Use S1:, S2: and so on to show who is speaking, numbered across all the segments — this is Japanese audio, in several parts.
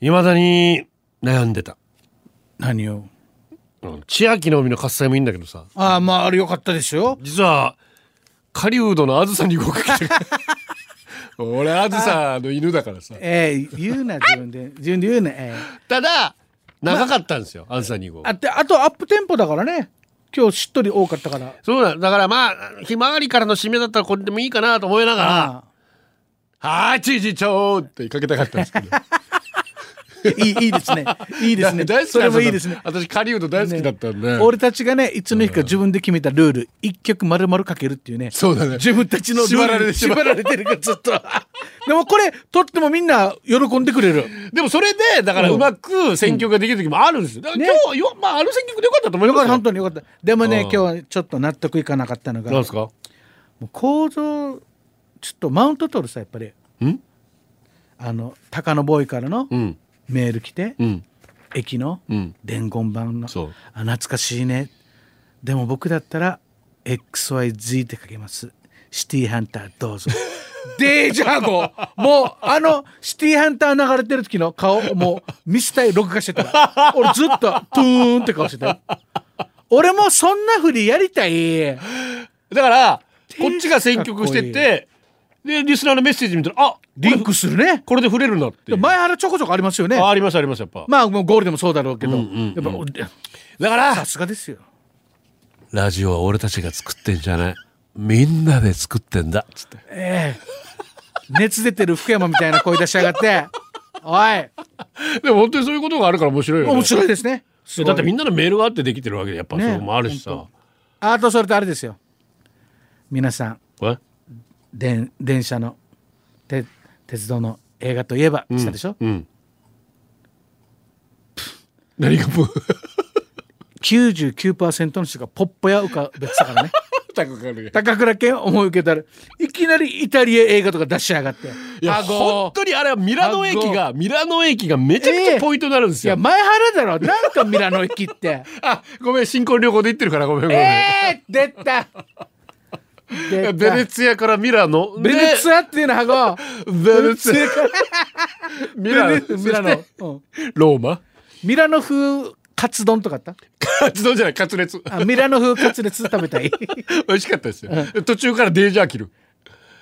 S1: いまだに悩んでた、
S2: 何を
S1: うん、千秋の海の喝采もいいんだけどさ
S2: ああまああれ良かったですよ
S1: 実は狩人のあずさに動かけてる 俺あずさの犬だからさ
S2: えー、言うな自分で 自分で言うな、えー
S1: ただ長かったんですよ、あずさ2号
S2: あってあとアップテンポだからね今日しっとり多かったから
S1: そうだだからまあひまわりからの締めだったらこれでもいいかなと思いながら「
S2: あ
S1: 八時ちょう」ってかけたかったんです けど
S2: ーいいいいですねいいですね
S1: 大好き
S2: そ
S1: なんです
S2: れ
S1: よ
S2: もいいですね
S1: 私狩人大好きだったんで、
S2: 俺たちがねいつの日か自分で決めたルール一曲丸々かけるっていうね
S1: そうだね
S2: 自分たちのルール
S1: 縛られて
S2: に
S1: しま
S2: 縛
S1: う
S2: られてるからずっとでもこれ撮ってもみんな喜んでくれる
S1: でもそれでだからうまく選曲ができる時もあるんですよだから今日よ、まあ、あの選曲でよかったと思い
S2: よ
S1: ま
S2: か
S1: すよ
S2: った本当によかったでもね
S1: うん
S2: 今日はちょっと納得いかなかったのが
S1: なんですか
S2: もう構造ちょっとマウント取るさやっぱり
S1: ん
S2: あの高野ボーイからの
S1: うん
S2: メール来て、
S1: うん
S2: 駅の
S1: うん
S2: 伝言版の、
S1: そう
S2: あ懐かしいねでも僕だったら XYZ って書けますシティハンターどうぞ デージャーゴもうあのシティハンター流れてる時の顔もう見せたい録画してた俺ずっとトゥーンって顔してた俺もそんなふりやりたい
S1: だからこっちが選曲しててでリスナーのメッセージ見たらあ
S2: リンクするね
S1: これで触れるなっていう
S2: 前原ちょこちょこありますよね
S1: あありますありますやっぱ、
S2: まあもうゴールでもそうだろうけど、
S1: うんうん
S2: やっぱおで
S1: だから
S2: さすがですよ。
S1: ラジオは俺たちが作ってんじゃないみんなで作ってんだつって
S2: ええ熱出てる福山みたいな声出しやがって、おい、
S1: でも本当にそういうことがあるから面白いよね
S2: 面白いですね。すごい
S1: だってみんなのメールがあってできてるわけでやっぱそ
S2: ね
S1: うもあるしさ、
S2: あとそれとあれですよ。皆さん、
S1: え
S2: で電車のて鉄道の映画といえばしたでしょ。
S1: うん何がもう
S2: 99%の人がポッポや浮かべて たからね。
S1: 高くなる
S2: 高倉健思い受けたらいきなりイタリア映画とか出しやがって。
S1: いや
S2: あご
S1: 本当にあれはミラノ駅がミラノ駅がめちゃくちゃポイントになるんです
S2: いや
S1: よ、
S2: 前原だろ。なんかミラノ行 きって。
S1: あごめん新婚旅行で行ってるからごめんごめん、
S2: えー、出た出た
S1: ベネツィアからミラノ
S2: ベネツ
S1: ア
S2: ィアっていうのはご
S1: ベネツィアミラノ
S2: ミラ
S1: そ
S2: ノ
S1: して、
S2: うん
S1: ローマ
S2: ミラノ風カツ丼とかあった
S1: カツ丼じゃないカツレツ
S2: あミラノ風カツレツ食べたい
S1: 美味しかったですよ、途中からデージャー切る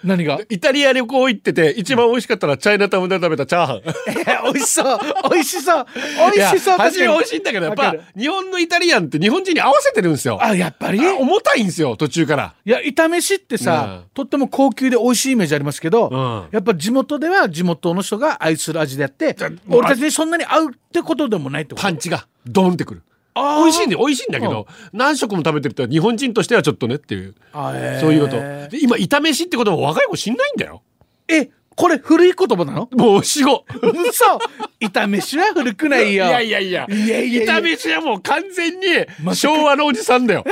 S2: 何が
S1: イタリア旅行行ってて一番美味しかったのはチャイナタウンで食べたチャーハン
S2: えー美味しそう美味しそう美味しそう
S1: いや初め美味
S2: しい
S1: しいんだけどやっ
S2: わ
S1: ぱ
S2: かる
S1: 日本のイタリアンって日本人に合わせてるんですよ
S2: あやっぱりい
S1: あ重たいんですよ途中から
S2: や炒めしってさ、
S1: うん
S2: とっても高級で美味しいイメージありますけど、
S1: うん
S2: やっぱ地元では地元の人が愛する味であって
S1: ゃ
S2: 俺たちにそんなに合うってことでもないってこと
S1: パンチがドンってくる
S2: あー
S1: 美味しいんで美味しいんだけど何食も食べてると日本人としてはちょっとねっていう
S2: あへー
S1: そういうことで今炒めしってことも若い子知んないんだよ
S2: えこれ古い言葉なの
S1: もう死後
S2: 嘘 炒めしは古くない
S1: い
S2: よ
S1: やいやいや
S2: いやいやいや
S1: 炒めしはもう完全に昭和のおじさん だよ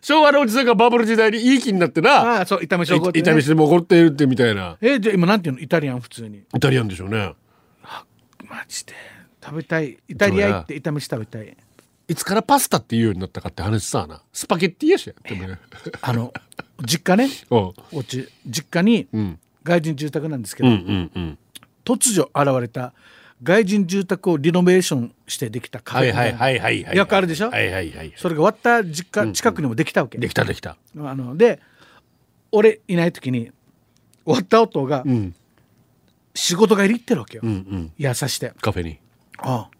S1: 昭和のおじさんがバブル時代にいい気になってな
S2: ああそう炒めしはこうやってね
S1: 炒めしでも怒ってるってみたいな
S2: えじゃあ今なんていうのイタリアン普通に
S1: イタリアンでしょうね
S2: マジで食べたいイタリア行って炒めし食べたい
S1: いつからパスタって言うようになったかって話さなスパゲッティやしやでも ね
S2: あの実家 ね
S1: うん
S2: お家実家に
S1: うん
S2: 外人住宅なんですけ
S1: う
S2: ど、
S1: んうんうん
S2: 突如現れた外人住宅をリノベーションしてできたカ
S1: は
S2: フ
S1: い
S2: ェ
S1: はいはいはいはい
S2: よくあるでしょ
S1: はいはいはい
S2: それが終わった実家近くにもできたわけ、
S1: できたできた
S2: あので俺いない時に終わった音が
S1: うん
S2: 仕事帰り行ってるわけよ、
S1: うんうん
S2: いやさして
S1: カフェに
S2: ああ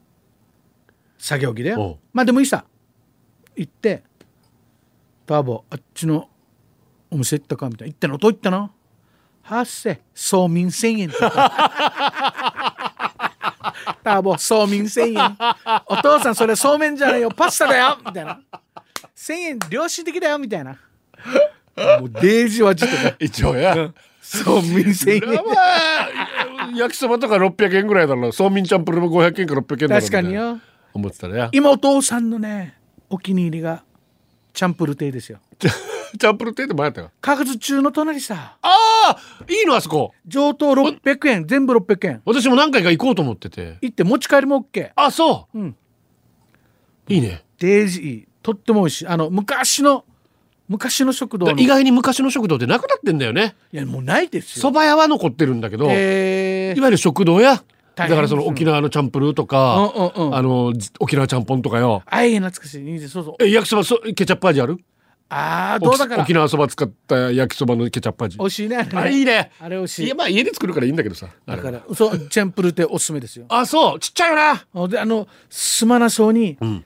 S2: 作業着だ
S1: おう
S2: よまあでもいいさ行って「ターボあっちのお店行ったか?」みたいな「行ったのどう行ったの?」「はっせ総民1000円」ターボ総民1000円お父さんそれそうめんじゃないよパスタだよ」みたいな「1000円良心的だよ」みたいなもうデージはちょっとね
S1: 一応や
S2: 総民1000円
S1: それはまあ焼きそばとか600円ぐらいだろうソーミンチャンプルも500円か600円だろう
S2: 確かに
S1: み
S2: よ
S1: たいな思ってたらや
S2: 今お父さんのねお気に入りがチャンプル亭ですよ
S1: チャンプルって言ってもらったよ
S2: カ月中の隣さ
S1: ああいいのあそこ
S2: 上等600円全部600円
S1: 私も何回か行こうと思ってて
S2: 行って持ち帰りも OK
S1: あそう
S2: うん
S1: いいね
S2: デージーとっても美味しいあの昔の昔の食堂の
S1: 意外に昔の食堂ってなくなってんだよね
S2: いやもうないです
S1: 蕎
S2: よ
S1: 麦屋は残ってるんだけど、
S2: え
S1: いわゆる食堂や
S2: 大変
S1: だからその沖縄のチャンプルーとか、
S2: うんうんうん
S1: あのじ沖縄ちゃんぽんとかよ
S2: あい懐かしいいいですそうそう
S1: え焼きそばそケチャップ味ある
S2: ああどうだから
S1: 沖縄そば使った焼きそばのケチャップ味
S2: 美味しいねあれね
S1: あれいいね
S2: あれ美味しい
S1: いやまあ家で作るからいいんだけどさあ
S2: だ
S1: れ
S2: からそうチャンプルーっておすすめですよ
S1: あそうちっちゃいよな
S2: あであのすまなそうに
S1: ん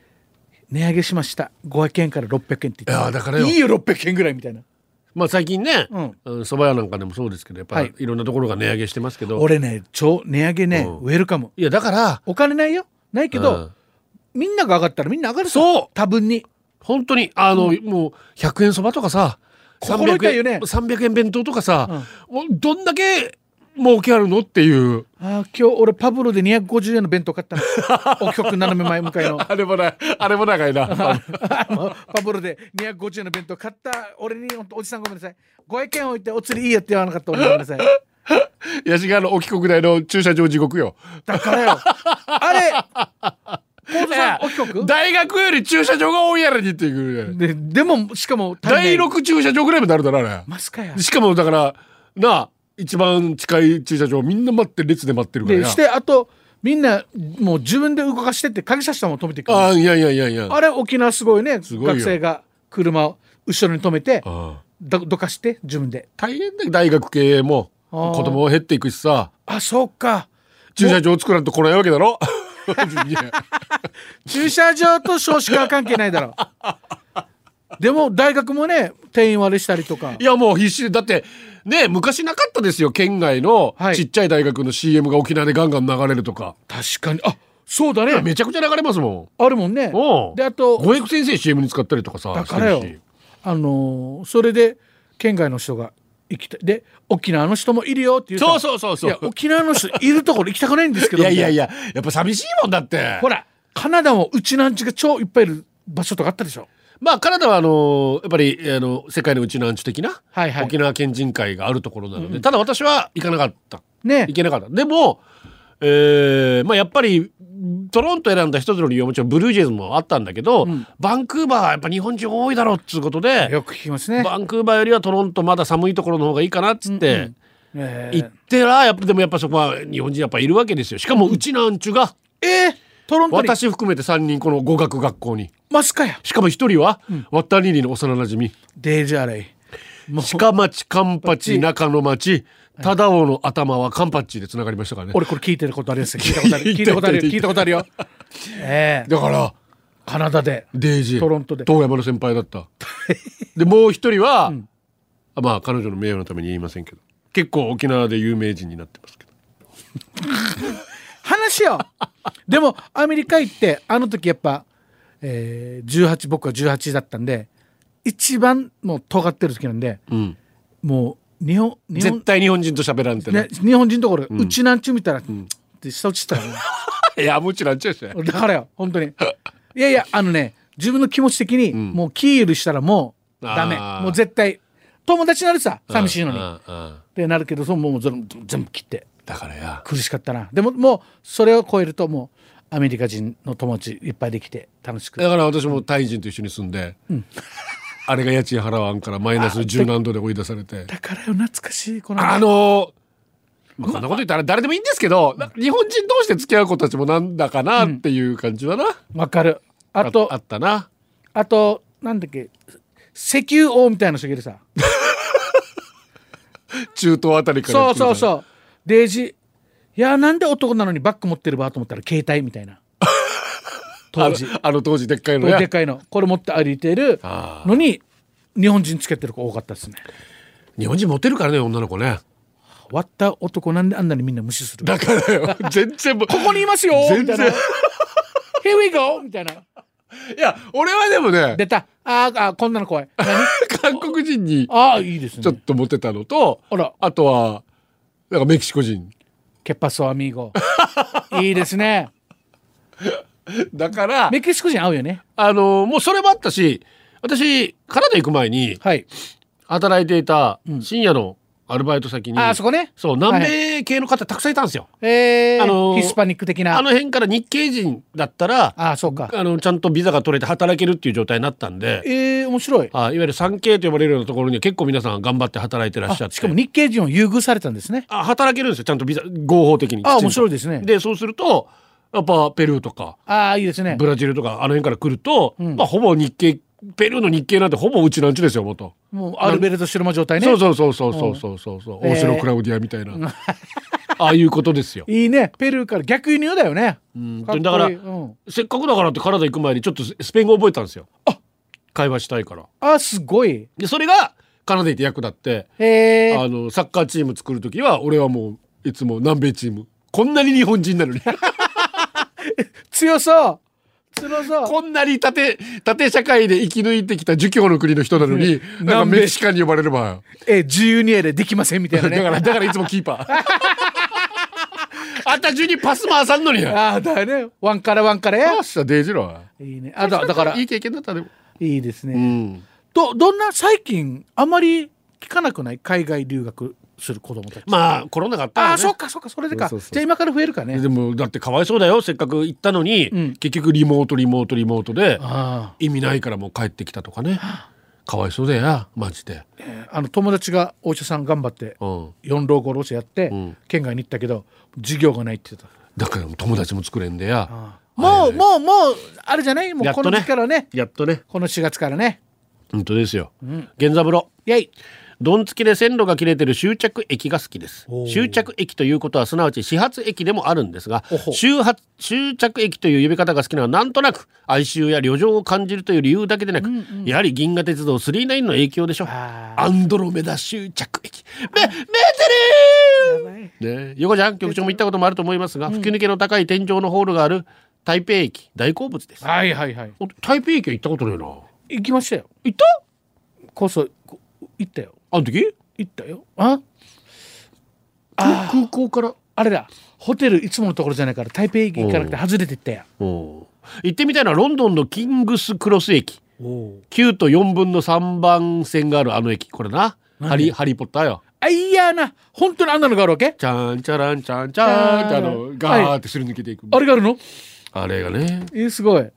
S2: 値上げしました500円から600円って言って
S1: いやだからよ
S2: いいよ600円ぐらいみたいな
S1: まあ最近ね
S2: うん
S1: うんそば、屋なんかでもそうですけどやっぱ
S2: はい
S1: いろんなところが値上げしてますけど、い、
S2: 俺ね超値上げね、
S1: うん
S2: ウェルカム
S1: やだから
S2: お金ないよないけ
S1: う
S2: ど、
S1: ん
S2: みんなが上がったらみんな上がるさ
S1: そう
S2: 多分に
S1: 本当にあの、もう100円そばとかさ
S2: 心痛いよね
S1: 300円弁当とかさ、もうどんだけ儲けあるのっていう
S2: あー今日俺パブロで250円の弁当買った のお局斜め前向かいの
S1: あれもないあれも長いな
S2: あのパブロで250円の弁当買った俺にほんとおじさんごめんなさい500円置いてお釣りいいよって言わなかった俺ごめんなさい
S1: ヤシガの沖国大の駐車場地獄よ
S2: だからよあれコードさんお局
S1: 大学より駐車場が多いやらにっていう、
S2: ででもしかも足りない
S1: 第6駐車場ぐらいまであるだろあ
S2: マスカや
S1: れしかもだからなあ一番近い駐車場みんな待って列で待ってるから
S2: で
S1: な
S2: してあとみんなもう自分で動かしてって鍵さしたもん止めてくる
S1: あ
S2: あ
S1: あいやいやいやいや
S2: れ沖縄すごいね
S1: すごいよ
S2: 学生が車を後ろに止めて
S1: ああ
S2: どどかして自分で
S1: 大変だよ大学経営も
S2: ああ
S1: 子供も減っていくしさ
S2: あそうか
S1: 駐車場作らんと来ないわけだろ
S2: 駐車場と少子化は関係ないだ ろうでも大学もね定員割れしたりとか
S1: いやもう必死でだってね昔なかったですよ県外の
S2: はい
S1: ちっちゃい大学の CM が沖縄でガンガン流れるとか、
S2: 確かにあそうだね
S1: めちゃくちゃ流れますも
S2: あるもんね
S1: んおう
S2: であと
S1: 五役先生 CM に使ったりとかさ
S2: だからよ
S1: してるし
S2: あのーそれで県外の人が行きたいで沖縄の人もいるよっていう
S1: そうそうそうそう
S2: や沖縄の人いるところ行きたくないんですけ
S1: い
S2: ど
S1: やいやい
S2: や
S1: ややっぱ寂しいもんだって
S2: ほらカナダもうちなんちが超いっぱいいる場所とかあったでしょ
S1: まあカナダはあのやっぱりあの世界のうちなんち的な
S2: はいはい
S1: 沖縄県人会があるところなので、ただ私は行かなかった
S2: ね
S1: 行けなかったでも、えーまあ、やっぱりトロント選んだ一つの理由はもちろんブルージェイズもあったんだけど、
S2: ん
S1: バンクーバーはやっぱ日本人多いだろうっつうことで、
S2: よく聞きますね
S1: バンクーバーよりはトロントまだ寒いところの方がいいかなっつって。
S2: え
S1: 行ってらやっぱでもやっぱそこは日本人やっぱいるわけですよしかもうちなんちゅが
S2: えートロントに
S1: 私含めて3人この語学学校に
S2: マスカや
S1: しかも1人はワッタリリの幼なじみ
S2: デージャーレイもう
S1: 近町カンパチ中野町忠雄の頭はカンパチでつながりましたからね
S2: 俺これ聞いてることあるやつ聞いたことある
S1: 聞い
S2: 聞
S1: た
S2: いた
S1: こ
S2: ことと
S1: あ
S2: あ
S1: る
S2: る聞いたことあるよ ええ
S1: だから
S2: カナダで
S1: デイジー
S2: トロントで
S1: 東山の先輩だった でもう一人は、あまあ彼女の名誉のために言いませんけど結構沖縄で有名人になってますけど
S2: 話よでもアメリカ行ってあの時やっぱ、えー、18僕は18だったんで一番もう尖ってる時なんで、
S1: ん
S2: もう日本日
S1: 絶
S2: 本,、
S1: 対日本人と喋らんってね
S2: ね、日本人のところ、うちなんちゅう見たら、って下落ちてたよ
S1: いやもちろんちゃうしね
S2: だからよ本当にいやいやあのね自分の気持ち的に、もうキールしたらもうダメ
S1: あー
S2: もう絶対友達になるさ寂しいのに、
S1: う
S2: っ
S1: んうんうん
S2: てなるけどそうもう全部全部切って
S1: だからや
S2: 苦しかったなでももうそれを超えるともうアメリカ人の友達いっぱいできて楽しく
S1: だから私もタイ人と一緒に住んで、あれが家賃払わんからマイナス十何度で追い出されて
S2: だからよ懐かしいこの
S1: あのーまあ、こんなこと言ったら誰でもいいんですけど、な日本人同士で付き合う子たちもなんだかなっていう感じはな、
S2: わかるあと
S1: あ
S2: あ
S1: ったな
S2: となんだっけ石油王みたいな人がいるさ
S1: 中東あたりから
S2: そうそう
S1: う
S2: そうデイジいやなんで男なのにバッグ持ってるばと思ったら携帯み たいな
S1: あ
S2: 当
S1: の
S2: 時
S1: あの当時でっかいの
S2: で
S1: ね
S2: かいのこれ持って歩いてる
S1: あ
S2: のに日本人つけてる子多かったですね
S1: 日本人モテるからね女の子ね
S2: 割った男なんであんなにみんな無視する
S1: だからよ全然もう
S2: ここにいますよ
S1: 全
S2: みた
S1: 然
S2: いな Here we go! みたいな。
S1: いや俺はでもね
S2: 出た。あーあー、こんなの怖い。
S1: 韓
S2: 何
S1: 国人に
S2: ああ、いいです
S1: ちょっ
S2: ね。
S1: とモテたのと
S2: あら、
S1: あとはなんかメキシコ人
S2: ケッパソアミーゴ。いいですね。
S1: だから
S2: メキシコ人合うよね。
S1: あのもうそれもあったし私カナダ行く前に
S2: はい。
S1: 働いていた深夜の、アルバイト先に
S2: ああそこね
S1: そう南米系の方たくさんいたんですよ、
S2: えー
S1: あのー
S2: ヒスパニック的な
S1: あの辺から日系人だったら
S2: ああそうか
S1: あのちゃんとビザが取れて働けるっていう状態になったんで
S2: えー、面白い
S1: あいわゆる産経と呼ばれるようなところには結構皆さん頑張って働いてらっしゃっ
S2: あ
S1: て
S2: しかも日系人を優遇されたんですね
S1: あ働けるんですよちゃんとビザ合法的に
S2: ああ面白
S1: い
S2: いですね
S1: でそうするとやっぱペルーとか
S2: ああいいですね
S1: ブラジルとかあの辺から来ると、
S2: うん
S1: まあ、ほぼ日系ペルーの日系なんてほぼうちなんちですよ元、
S2: もうアルベルト・シルマ状態ね
S1: そうそうそうそうそうそうそうそう
S2: うん
S1: 大城クラウディアみたいな、ああいうことですよ、
S2: いいねペルーから逆輸入だよね
S1: うん、
S2: かっこいい
S1: だから
S2: うん、
S1: せっかくだからってカナダ行く前にちょっとススペイン語覚えたんですよ会話したいから
S2: あすごい
S1: でそれがカナダ行って役立って
S2: えー、
S1: あのサッカーチーム作る時は俺はもういつも南米チームこんなに日本人な のに
S2: 強そう強そう
S1: こんなに縦縦社会で生き抜いてきた儒教の国の人なのになんか
S2: 南米
S1: メキシカンに呼ばれれば
S2: えー、12A でできませんみた い
S1: だか
S2: なね
S1: らだからいつもキー パーあんた中にパス回さんのにや
S2: ああだよねワンからワンから
S1: パ
S2: や
S1: スしたデイジロはい
S2: いねあだだから
S1: い
S2: い
S1: い経験だったね
S2: いですね、
S1: うん
S2: どどんな最近あまり聞かなくない海外留学する子供たち、
S1: まあコロナがあったからね
S2: ああそっかそっかそれでか
S1: そうそうそう
S2: じゃあ今から増えるかね
S1: でもだってかわいそうだよせっかく行ったのに、
S2: うん
S1: 結局リモートリモートリモートで
S2: あ
S1: 意味ないからもう帰ってきたとかねかわいそうだよマジで、
S2: ああの友達がお医者さん頑張って
S1: うん、
S2: 4老5老者やって、
S1: うん
S2: 県外に行ったけど授業がないって言ってた
S1: だから友達も作れんでや
S2: も
S1: はい
S2: うもうもうあれじゃないも
S1: や
S2: う
S1: っと
S2: こ
S1: ね
S2: の時期からね
S1: やっとね
S2: この4月からね
S1: 本当ですよ
S2: うん
S1: 源三郎
S2: イェイ
S1: どんつきで線路が切れてる終着駅が好きです
S2: おー
S1: 終着駅ということはすなわち始発駅でもあるんですが
S2: おほ
S1: 終発終着駅という呼び方が好きなのはなんとなく哀愁や旅情を感じるという理由だけでなく、やはり銀河鉄道999の影響でしょ
S2: あ
S1: アンドロメダ終着駅めメーテ
S2: ーやばい
S1: リーね横ちゃん局長も行ったこともあると思いますが、吹き抜けの高い天井のホールがある台北駅大好物です
S2: はいはいはい
S1: お台北駅は行ったことないな
S2: 行きましたよ
S1: 行った
S2: こそこ行ったよ
S1: あの時
S2: 行ったよあ
S1: 空空港から
S2: あれだホテルいつものところじゃないから台北駅行かなくて外れてったや
S1: お行ってみたいのはロンドンのキングスクロス駅
S2: お
S1: 9と4分の3番線があるあの駅これなハリハリーポッターよ
S2: あいやな本当にあんなのがあるわけ
S1: チャンチャランチャンチャンってあ
S2: は
S1: の
S2: い
S1: ガーってすり抜けていく、
S2: あれがあるの
S1: あれがね
S2: えー、すごい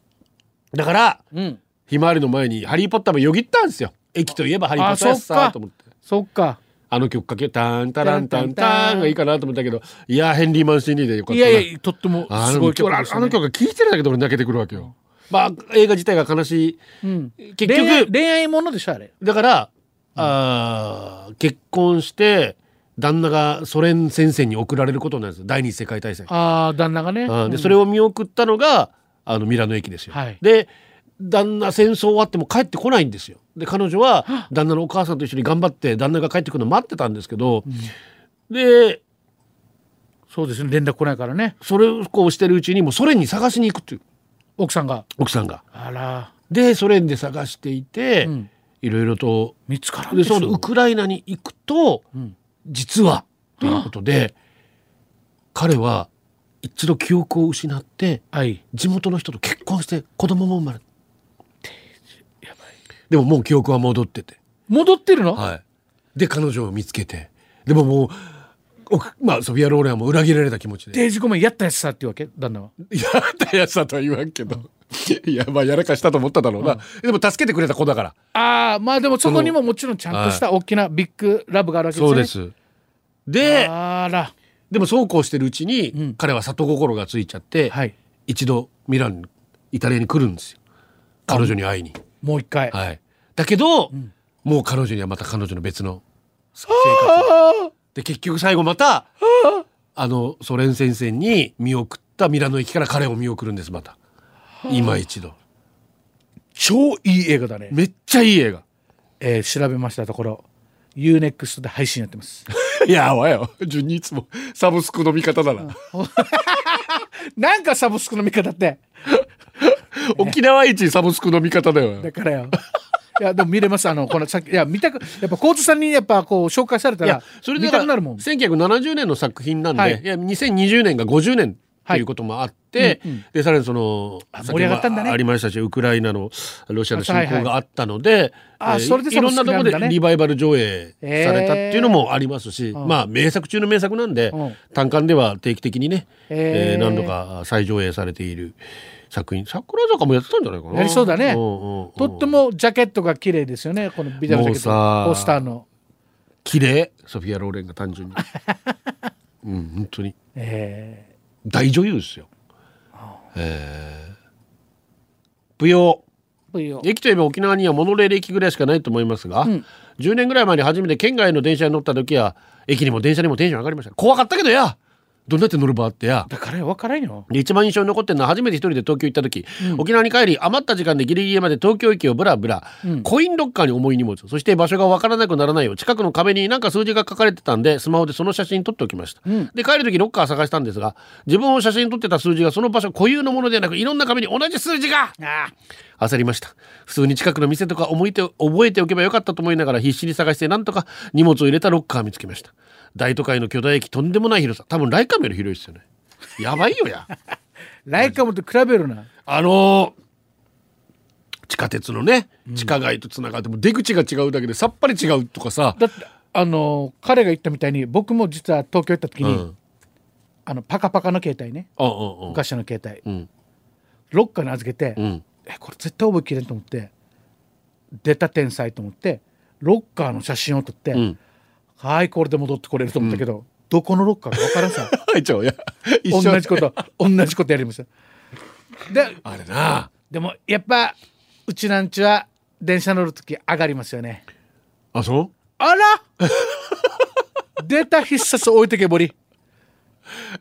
S1: だから
S2: うん
S1: ひまわりの前にハリーポッターもよぎったんですよ駅といえばハリーポッターやっ
S2: あそっ
S1: さ
S2: か
S1: と思って
S2: そっか
S1: あの曲かけタンタランタンタンがいいかなと思ったけどいやヘンリーマン CD でよかっ
S2: い
S1: たな
S2: やいやとっても
S1: あ
S2: す
S1: の
S2: ごい曲
S1: 俺あ
S2: で
S1: の
S2: す、ね、
S1: あの曲が聴いてるだけで俺泣けてくるわけよ、まあ映画自体が悲し
S2: うん
S1: い結
S2: 恋愛
S1: 局
S2: 恋愛ものでしょあれ
S1: だから、あー結婚して旦那がソ連戦線に送られることになるんです第二次世界大戦。
S2: ああ旦那が
S1: あ
S2: ね
S1: ーで
S2: うん
S1: それを見送ったのがあのミラノ駅ですよ。
S2: はい
S1: で旦那戦争終わっても帰ってこないんですよ。で彼女は旦那のお母さんと一緒に頑張って旦那が帰ってくるのを待ってたんですけど、で
S2: そうですね連絡来ないからね
S1: それをこうしてるうちにもうソ連に探しに行くっていう
S2: 奥さんが
S1: 奥さんが。
S2: あら
S1: でソ連で探していて、
S2: うん
S1: いろいろと
S2: 見つからん
S1: で
S2: でし
S1: そ
S2: ょ
S1: のウクライナに行くと、
S2: ん
S1: 実はということで彼は一度記憶を失って
S2: はい
S1: 地元の人と結婚して子供も生まれでももう記憶は戻ってて、
S2: 戻ってるの、
S1: はい、で彼女を見つけてでももうおまあソフィア・ローレンはもう裏切られた気持ちで
S2: デイジごめんやったやつさっていうわけ旦那は
S1: やったやつだとは言わんけど、 いやまあやらかしたと思っただろうな、でも助けてくれた子だから
S2: ああまあでもそこにももちろんちゃんとした大きなビッグラブがあるわけですね
S1: そうですで
S2: あら
S1: でもそうこうしてるうちに、
S2: うん
S1: 彼は里心がついちゃって、
S2: はい
S1: 一度ミランイタリアに来るんですよ彼女に会いに、
S2: もう一回、
S1: はい、だけど、
S2: ん
S1: もう彼女にはまた彼女の別の生活
S2: あ
S1: で結局最後またあのソ連戦線に見送ったミラノ駅から彼を見送るんですまた今一度
S2: 超いい映画だね、
S1: めっちゃいい映画
S2: えー、調べましたところ UNEXT で配信やっ てます
S1: いやわよ順にいつもサブスクの見方だな、
S2: なんかサブスクの見方って
S1: 沖縄一サブスクの見方だよ
S2: だからよいやでも見れますあのこのさっきいや見たくやっぱー津さんにやっぱこう紹介された
S1: いや
S2: ら
S1: それで
S2: 見
S1: だから
S2: たくなるもん
S1: 1970年の作品なんで、
S2: はい
S1: い、や2020年が50年
S2: は
S1: と
S2: い
S1: いうこともあって、でさらにその
S2: 盛り上がったん
S1: 先ほ
S2: だね
S1: どありましたしウクライナのロシアの侵
S2: はいは
S1: 攻
S2: い
S1: があったので、え
S2: あ
S1: ー
S2: それで
S1: いろんなところ
S2: その好きなん
S1: で
S2: だね
S1: リバイバル上映されたっていうのもありますし、
S2: ーうん
S1: まあ名作中の名作なんで、
S2: うん
S1: 単館では定期的にね、
S2: へー
S1: えー何度か再上映されている作品桜坂もやってたんじゃないかな。
S2: やりそうだね
S1: んうんうん
S2: とってもジャケットが綺麗ですよねこのビデオジャケット
S1: もうさ
S2: ポスターの、
S1: 綺麗ソフィア・ローレンが単 純にうん本当に
S2: え
S1: 大女優ですよえー舞踊
S2: ー、いいよ
S1: 駅といえば沖縄にはモノレール駅ぐらいしかないと思いますが、10年ぐらい前に初めて県外の電車に乗った時は駅にも電車にもテンション上がりました怖かったけどやどんなやって乗る場あってや
S2: だからよ分からんよ
S1: で一番印象に残ってるのは初めて一人で東京行った時、沖縄に帰り余った時間でギリギリまで東京駅をブラブラ、コインロッカーに重い荷物そして場所がわからなくならないよう近くの壁になんか数字が書かれてたんでスマホでその写真撮っておきました、で帰る時ロッカー探したんですが自分を写真撮ってた数字がその場所固有のものではなくいろんな壁に同じ数字が
S2: あ
S1: 焦りました普通に近くの店とか思いて覚えておけばよかったと思いながら必死に探してなんとか荷物を入れたロッカーを見つけました大都会の巨大駅とんでもない広さ多分ライカメより広いですよねやばいよや
S2: ライカムと比べるな
S1: あのー地下鉄のね地下街とつながっても出口が違うだけでさっぱり違うとかさ、
S2: だってあの彼が言ったみたいに僕も実は東京行った時
S1: うん、
S2: に、
S1: うんうん
S2: あのパカパカの携帯ね
S1: うん
S2: 昔の携帯、
S1: うん
S2: ロッカーに預けて、
S1: うん
S2: えこれ絶対覚えきれんと思って出た天才と思ってロッカーの写真を撮って、
S1: ん
S2: はいこれで戻ってこれると思ったけど、どこのロッカーか分からんさ
S1: 入っちゃうや 一緒
S2: 同じこと同じことやりましたで
S1: あれな
S2: でもやっぱうちなんちは電車乗る時上がりますよね
S1: あそう
S2: あら出た必殺置いてけぼり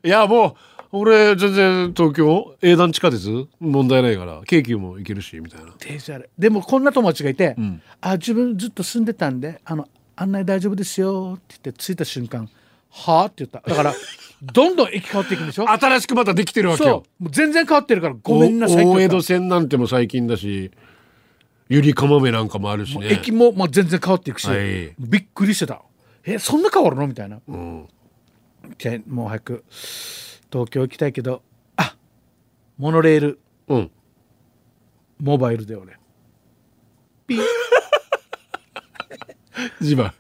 S1: いやもう俺全然東京営団地下鉄問題ないから京急も行けるしみたいな
S2: デジャルでもこんな友達がいて、
S1: ん
S2: あ自分ずっと住んでたんであの案内大丈夫ですよって言って着いた瞬間はあって言っただからどんどん駅変わっていくんでしょ
S1: 新しくまたできてるわけ
S2: そう
S1: よ
S2: もう全然変わってるからご
S1: お
S2: めんなさいって
S1: 大
S2: 言
S1: 江
S2: った
S1: 戸線なんても最近だしゆりかもめなんかもあるしね
S2: 駅もまあ全然変わっていくし、
S1: はい
S2: びっくりしてたえそんな変わるのみたいな、
S1: ん
S2: じゃあもう早く東京行きたいけどあモノレール
S1: うん
S2: モバイルで俺ピッ
S1: 自慢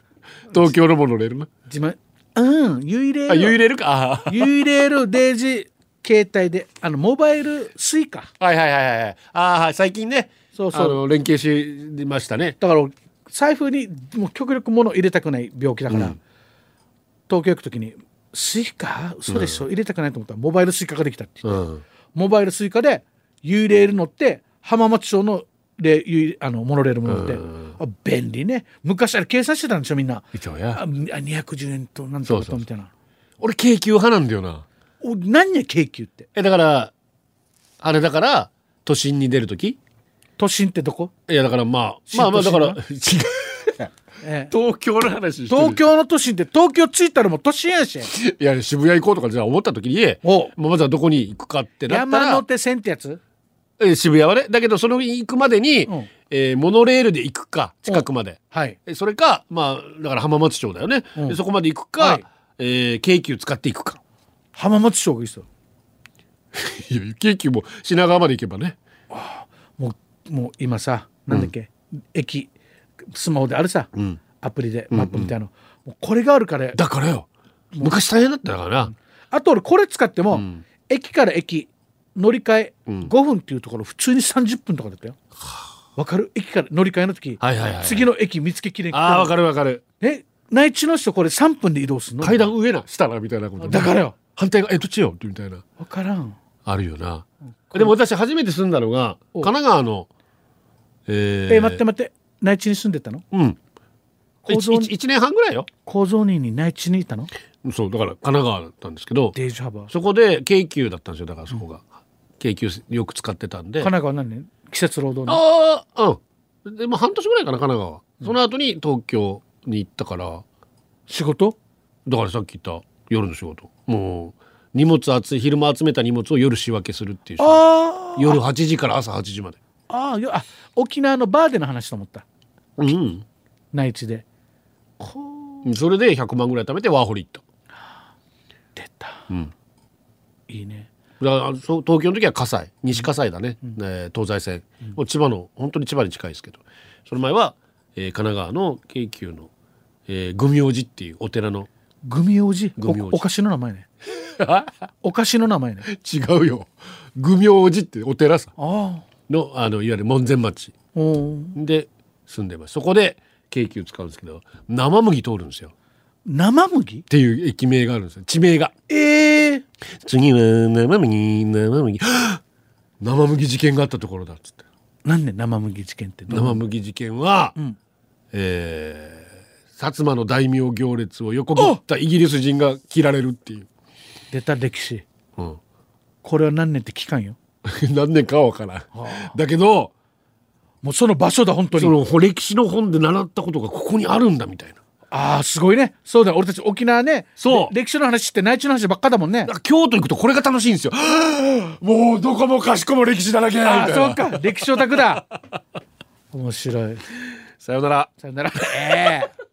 S1: 東京のもの乗れるな
S2: 自慢うんゆいレール
S1: あゆいれるかあ
S2: ユイレールデイジ携帯であのモバイルスイカ
S1: はいはいはいはいあはい最近ね
S2: そうそう
S1: あの連携しましたね
S2: だから財布にもう極力物を入れたくない病気だから、東京行く時に「スイカそうでしょ、入れたくないと思ったらモバイルスイカができた」って言って
S1: うん
S2: モバイルスイカでユイレール乗って浜松町のレユイあのモノレールも乗って、あ便利ね昔あれ計算してたんでしょみんな
S1: 一応
S2: あ
S1: や
S2: あ210円となん
S1: そ
S2: と
S1: うそう
S2: か
S1: そ
S2: と
S1: う
S2: みたいな
S1: 俺京急派なんだよな
S2: お何や京急って
S1: えだからあれだから都心に出る時
S2: 都心ってどこ、
S1: いやだからまあまあまあだ
S2: 新
S1: から違
S2: 都心な
S1: う
S2: ええ
S1: 東京の話してる
S2: 東京の都心って東京着いたらもう都心やし
S1: いや渋谷行こうとかじゃあ思った時に
S2: お
S1: もうまずはどこに行くかってなったら
S2: 山手線ってやつ
S1: えー渋谷はねだけどその行くまでに、
S2: うん
S1: えーモノレールで行くか近くまで、
S2: はい
S1: えそれかまあだから浜松町だよね、
S2: うん
S1: でそこまで行くか、
S2: はい
S1: えー京急使っていくか
S2: 浜松町がいいっすよ
S1: いや京急も品川まで行けばね
S2: もうもう今さなんだっけ、駅スマホであるさ、
S1: ん
S2: アプリでマップみたいなの、もうこれがあるから
S1: だからよ昔大変だったからな、
S2: あと俺これ使っても、駅から駅乗り換え5分っていうところ普通に30分とかだったよわかる駅から乗り換えの時、
S1: はいはいはい
S2: 次の駅見つけきれんくて
S1: ああわかるわかる
S2: え内地の人これ3分で移動するの
S1: 階段上な下なみたいなこと
S2: だからよ
S1: 反対がえどっちよみたいな
S2: わからん
S1: あるよな、でも私初めて住んだのが
S2: お
S1: 神奈川のえー
S2: え待って待って内地に住んでたの
S1: うん
S2: 構造
S1: 1, 年半ぐらいよ
S2: 構造人に内地にいたの
S1: そうだから神奈川だったんですけど
S2: デージャブ神
S1: そこで京急だったんですよだからそこが、京急よく使ってたんで
S2: 奈川何年季節労働の
S1: ああうんでも半年ぐらいかな神奈川、その後に東京に行ったから
S2: 仕事
S1: だからさっき言った夜の仕事もう荷物集め昼間集めた荷物を夜仕分けするっていう仕事
S2: あ
S1: 夜8時から朝8時まで
S2: あーよあ沖縄のバーでの話と思った
S1: うん、
S2: 内地で
S1: それで100万ぐらい貯めてワーホリ行った
S2: 出た
S1: うん
S2: いいね
S1: だからあそう東京の時は葛西西葛西だね、えー東西線、もう千葉の本当に千葉に近いですけどその前は、えー神奈川の京急の、えー、組王寺っていうお寺の
S2: グミ王子
S1: グミ王子
S2: おお菓子の名前 ねお菓子の名前ね
S1: 違うよ組王寺ってお寺さ
S2: ああ
S1: のあのいわゆる門前町
S2: おー
S1: で住んでますそこで京急使うんですけど生麦通るんですよっ
S2: 生麦
S1: ていう駅名があるんですよ地名が
S2: ええ
S1: 次は生麦生麦 はっ生麦事件があったところだっつって
S2: なんで生麦事件ってどう
S1: 生麦事件は、
S2: ん
S1: えー薩摩の大名行列を横切ったイギリス人が切られるっていう、
S2: 出た歴史
S1: うん、
S2: これは何年って期間よ
S1: 何年かは分からん、だけど
S2: もうその場所だ本当
S1: そ
S2: に
S1: の歴史の本で習ったことがここにあるんだみたいな
S2: ああすごいねそうだ俺たち沖縄ね
S1: そう
S2: で歴史の話って内地の話ばっかだもんね
S1: なんか京都行くとこれが楽しいんですよ。 もうどこもかしこも歴史だらけ
S2: あ
S1: だ
S2: あ
S1: みたいな
S2: そうか歴史オタクだ面白い
S1: さよなら。
S2: さよならええ